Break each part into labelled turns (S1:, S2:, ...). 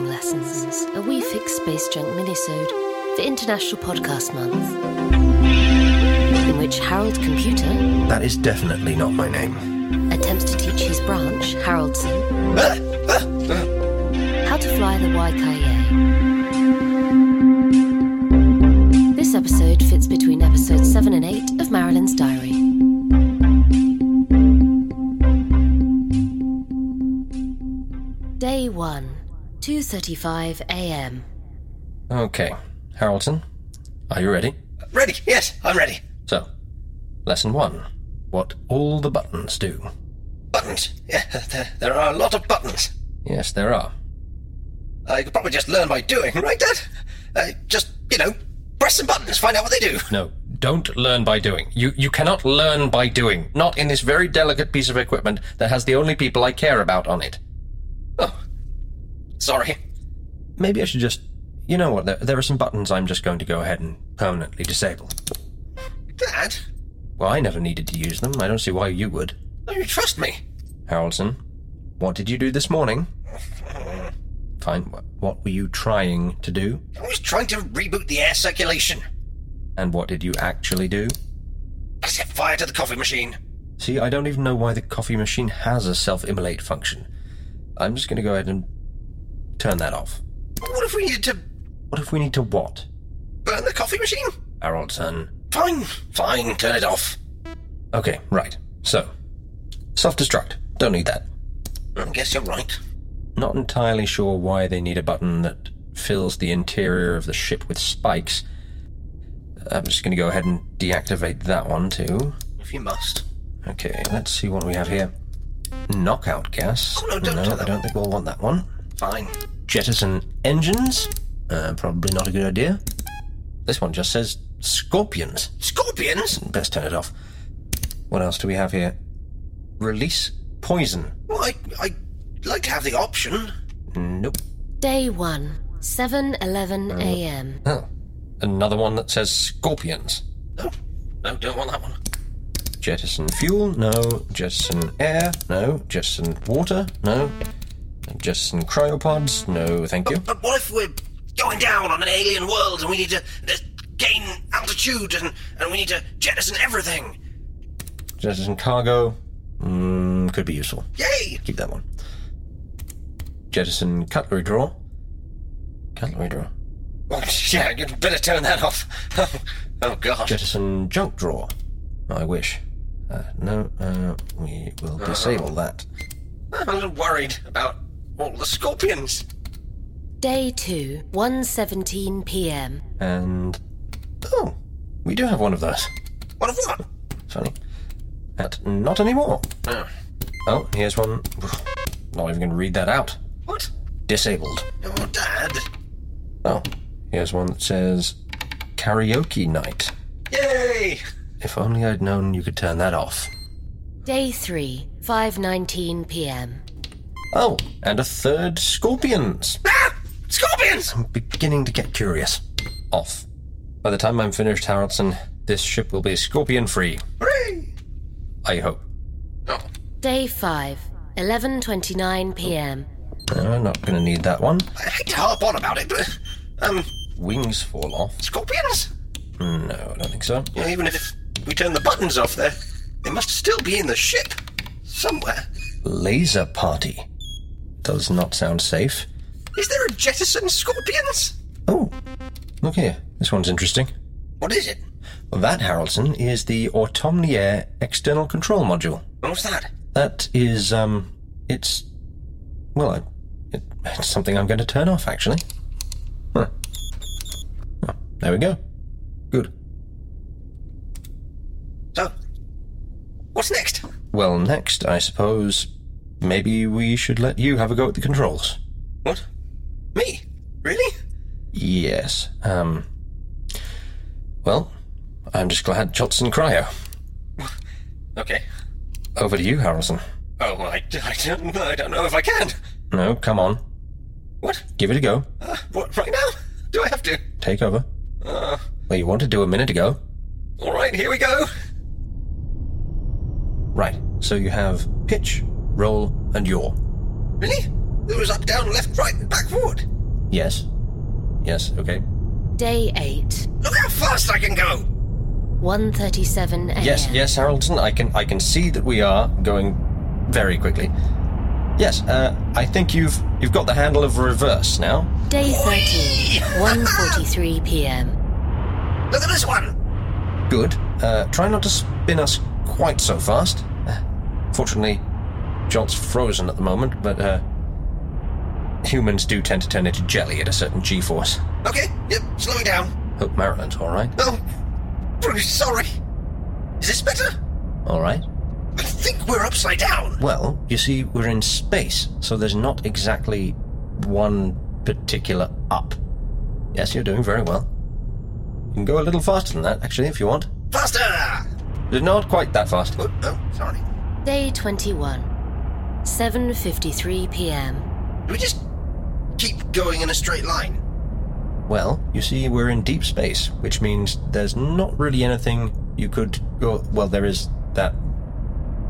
S1: Licenses, a We Fix Space Junk minisode for International Podcast Month, in which Harold Computer
S2: That is definitely not my name.
S1: attempts to teach his branch, Haroldson, how to fly the YKA. This episode fits between episodes 7 and 8 of Marilyn's Diary. Day 1, 2:35 a.m.
S2: Okay, Harrelton, are you ready?
S3: Ready, yes, I'm ready.
S2: So, lesson one what all the buttons do.
S3: Buttons. Yeah, there, there are a lot of buttons.
S2: Yes, there are.
S3: I could probably just learn by doing, right, Dad? Uh, just, you know, press some buttons, find out what they do.
S2: No, don't learn by doing. You, you cannot learn by doing. Not in this very delicate piece of equipment that has the only people I care about on it.
S3: Oh, sorry.
S2: Maybe I should just. You know what? There, there are some buttons I'm just going to go ahead and permanently disable.
S3: Dad,
S2: Well, I never needed to use them. I don't see why you would.
S3: don't you trust me?
S2: Harrelson, what did you do this morning? Fine. wh- What were you trying to do?
S3: I was trying to reboot the air circulation.
S2: And what did you actually do?
S3: I set fire to the coffee machine.
S2: See, I don't even know why the coffee machine has a self immolate function. I'm just going to go ahead and turn that off.
S3: What if we needed to
S2: What if we need to what?
S3: burn the coffee machine?
S2: Harrelson.
S3: Fine, fine, turn it off.
S2: Okay, right. So, self destruct. Don't need that.
S3: I guess you're right.
S2: Not entirely sure why they need a button that fills the interior of the ship with spikes. I'm just going to go ahead and deactivate that one too.
S3: If you must.
S2: Okay, let's see what we have here. Knockout gas.
S3: Oh, no, don't do
S2: I
S3: that
S2: don't think we'll want that one.
S3: Fine.
S2: Jettison engines. Uh, probably not a good idea. This one just says scorpions.
S3: Scorpions?
S2: Best turn it off. What else do we have here? Release poison.
S3: Well, I, I'd like to have the option.
S2: Nope.
S1: Day 1, 7:11 a.m.
S2: Oh, another one that says scorpions.
S3: No, no, don't want that one.
S2: Jettison fuel. No. Jettison air. No. Jettison water. No. Jettison cryopods. No, thank you.
S3: But what if we're going down on an alien world and we need to uh, gain altitude and, and we need to jettison everything?
S2: Jettison cargo. Mm, could be useful.
S3: Yay!
S2: Keep that one. Jettison cutlery drawer. Cutlery drawer.
S3: Well, yeah, you'd better turn that off. oh, oh gosh.
S2: Jettison junk drawer. I wish. Uh, no, uh, we will disable that.
S3: I'm a little worried about all the scorpions.
S1: Day 2, 1:17 p.m.
S2: And. Oh! We do have one of those.
S3: What of what?
S2: Funny. But not anymore.
S3: Oh.
S2: Oh, here's one. Not even going to read that out.
S3: What?
S2: Disabled.
S3: Oh, Dad.
S2: Oh, here's one that says karaoke night.
S3: Yay!
S2: If only I'd known you could turn that off.
S1: Day 3, 5:19 p.m.
S2: Oh, and a third scorpions.
S3: Ah! Scorpions!
S2: I'm beginning to get curious. Off. By the time I'm finished, Harrelson, this ship will be scorpion free.
S3: Hooray!
S2: I hope.
S3: Oh,
S1: Day 5, 11:29 p.m.
S2: No, I'm Uh, not going to need that one.
S3: I hate to harp on about it, but. Um,
S2: Wings fall off.
S3: scorpions?
S2: No, I don't think so.
S3: You know, even if we turn the buttons off, they they must still be in the ship somewhere.
S2: Laser party. Does not sound safe.
S3: Is there a jettison scorpions?
S2: Oh, look here. This one's interesting.
S3: What is it?
S2: That, Harrelson, is the Automniaire external control module.
S3: What's that?
S2: That is, um, it's, well, I, it, it's something I'm going to turn off, actually. Huh. Oh, there we go. Good.
S3: So, what's next?
S2: Well, next, I suppose, maybe we should let you have a go at the controls.
S3: What? Me? Really?
S2: Yes. Um. Well, I'm just glad Johnson Cryo.
S3: Okay.
S2: Over to you, Harrelson.
S3: Oh, I, I don't know. I don't know if I can.
S2: No, come on.
S3: What?
S2: Give it a go.
S3: Uh, what? Right now? Do I have to?
S2: Take over.
S3: Uh,
S2: Well, you wanted to a minute ago.
S3: all right. Here we go.
S2: Right. So you have pitch, roll, and yaw.
S3: Really? It was up, down, left, right, and backward.
S2: Yes. Yes, okay.
S1: Day 8,
S3: Look how fast I can go!
S1: 1.37 a.m.
S2: Yes, yes, Haroldson, I can I can see that we are going very quickly. Yes, uh, I think you've you've got the handle of reverse now.
S1: Day 13, 1.43 p.m.
S3: Look at this one!
S2: Good. Uh, try not to spin us quite so fast. Uh, Fortunately, Jolt's frozen at the moment, but uh, humans do tend to turn into jelly at a certain g-force.
S3: Okay, yep, slowing down.
S2: Hope Maryland's all right.
S3: Oh, Bruce, sorry. Is this better?
S2: All right.
S3: I think we're upside down.
S2: Well, you see, we're in space, so there's not exactly one particular up. Yes, you're doing very well. You can go a little faster than that, actually, if you want.
S3: Faster!
S2: Not quite that fast.
S3: Oh, oh sorry.
S1: Day 21, 7.53 p.m.
S3: Do we just keep going in a straight line?
S2: Well, you see, we're in deep space, which means there's not really anything you could go. Well, there is that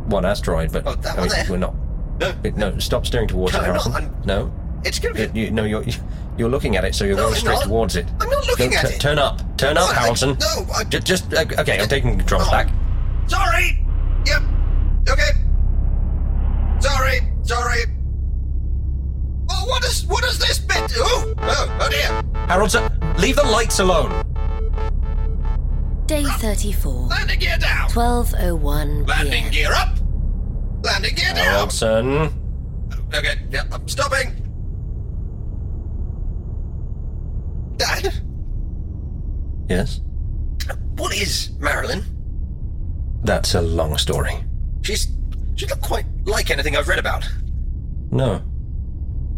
S2: one asteroid, but
S3: Oh, that
S2: I mean,
S3: one there?
S2: we're not.
S3: No.
S2: it- No, stop steering towards
S3: No,
S2: it,
S3: I'm
S2: Harrison.
S3: not. I'm-
S2: No,
S3: It's gonna be.
S2: It- you, no, you're you're looking at it, so you're
S3: No,
S2: going
S3: I'm
S2: straight
S3: not.
S2: towards it.
S3: I'm not looking
S2: Go-
S3: at
S2: tu-
S3: it.
S2: Turn up, turn up,
S3: No, I-
S2: Harrison.
S3: no, I-
S2: just, just uh, okay. I'm taking control
S3: Oh.
S2: back.
S3: Sorry! Yep. Okay. Sorry, sorry. Oh, what is what is this bit? Oh, oh, oh dear.
S2: Harrison, leave the lights alone.
S1: Day oh 34,
S3: Landing gear down.
S1: 12.01
S3: Landing
S1: p.m.
S3: gear up. Landing gear
S2: Oh.
S3: down.
S2: Harrison,
S3: Okay, yep, I'm stopping. Ah,
S2: yes,
S3: What is Marilyn?
S2: that's a long story.
S3: She's she's not quite like anything I've read about.
S2: No,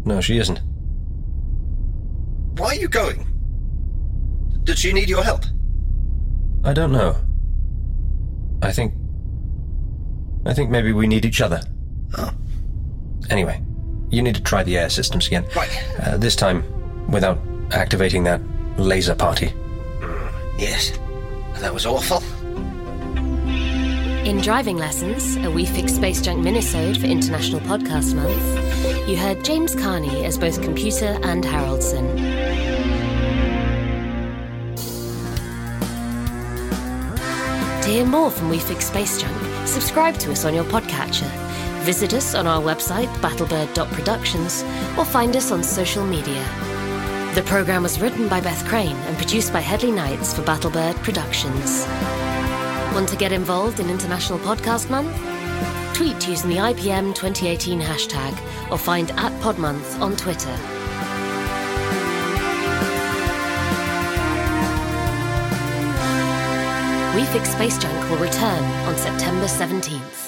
S2: no, she isn't.
S3: Why are you going? Did she need your help?
S2: I don't know. I think. I think maybe we need each other.
S3: Oh.
S2: Anyway, you need to try the air systems again.
S3: Right.
S2: Uh, this time, without activating that laser party.
S3: Yes. That was awful.
S1: In driving lessons, a We Fix Space Junk minisode for International Podcast Month, you heard James Carney as both computer and Haroldson. To hear more from We Fix Space Junk, subscribe to us on your podcatcher. Visit us on our website, battlebird.productions, or find us on social media. The programme was written by Beth Crane and produced by Headley Knights for Battlebird Productions. Want to get involved in International Podcast Month? Tweet using the IPM 2018 hashtag or find at Podmonth on Twitter. We Fix Space Junk will return on September 17th.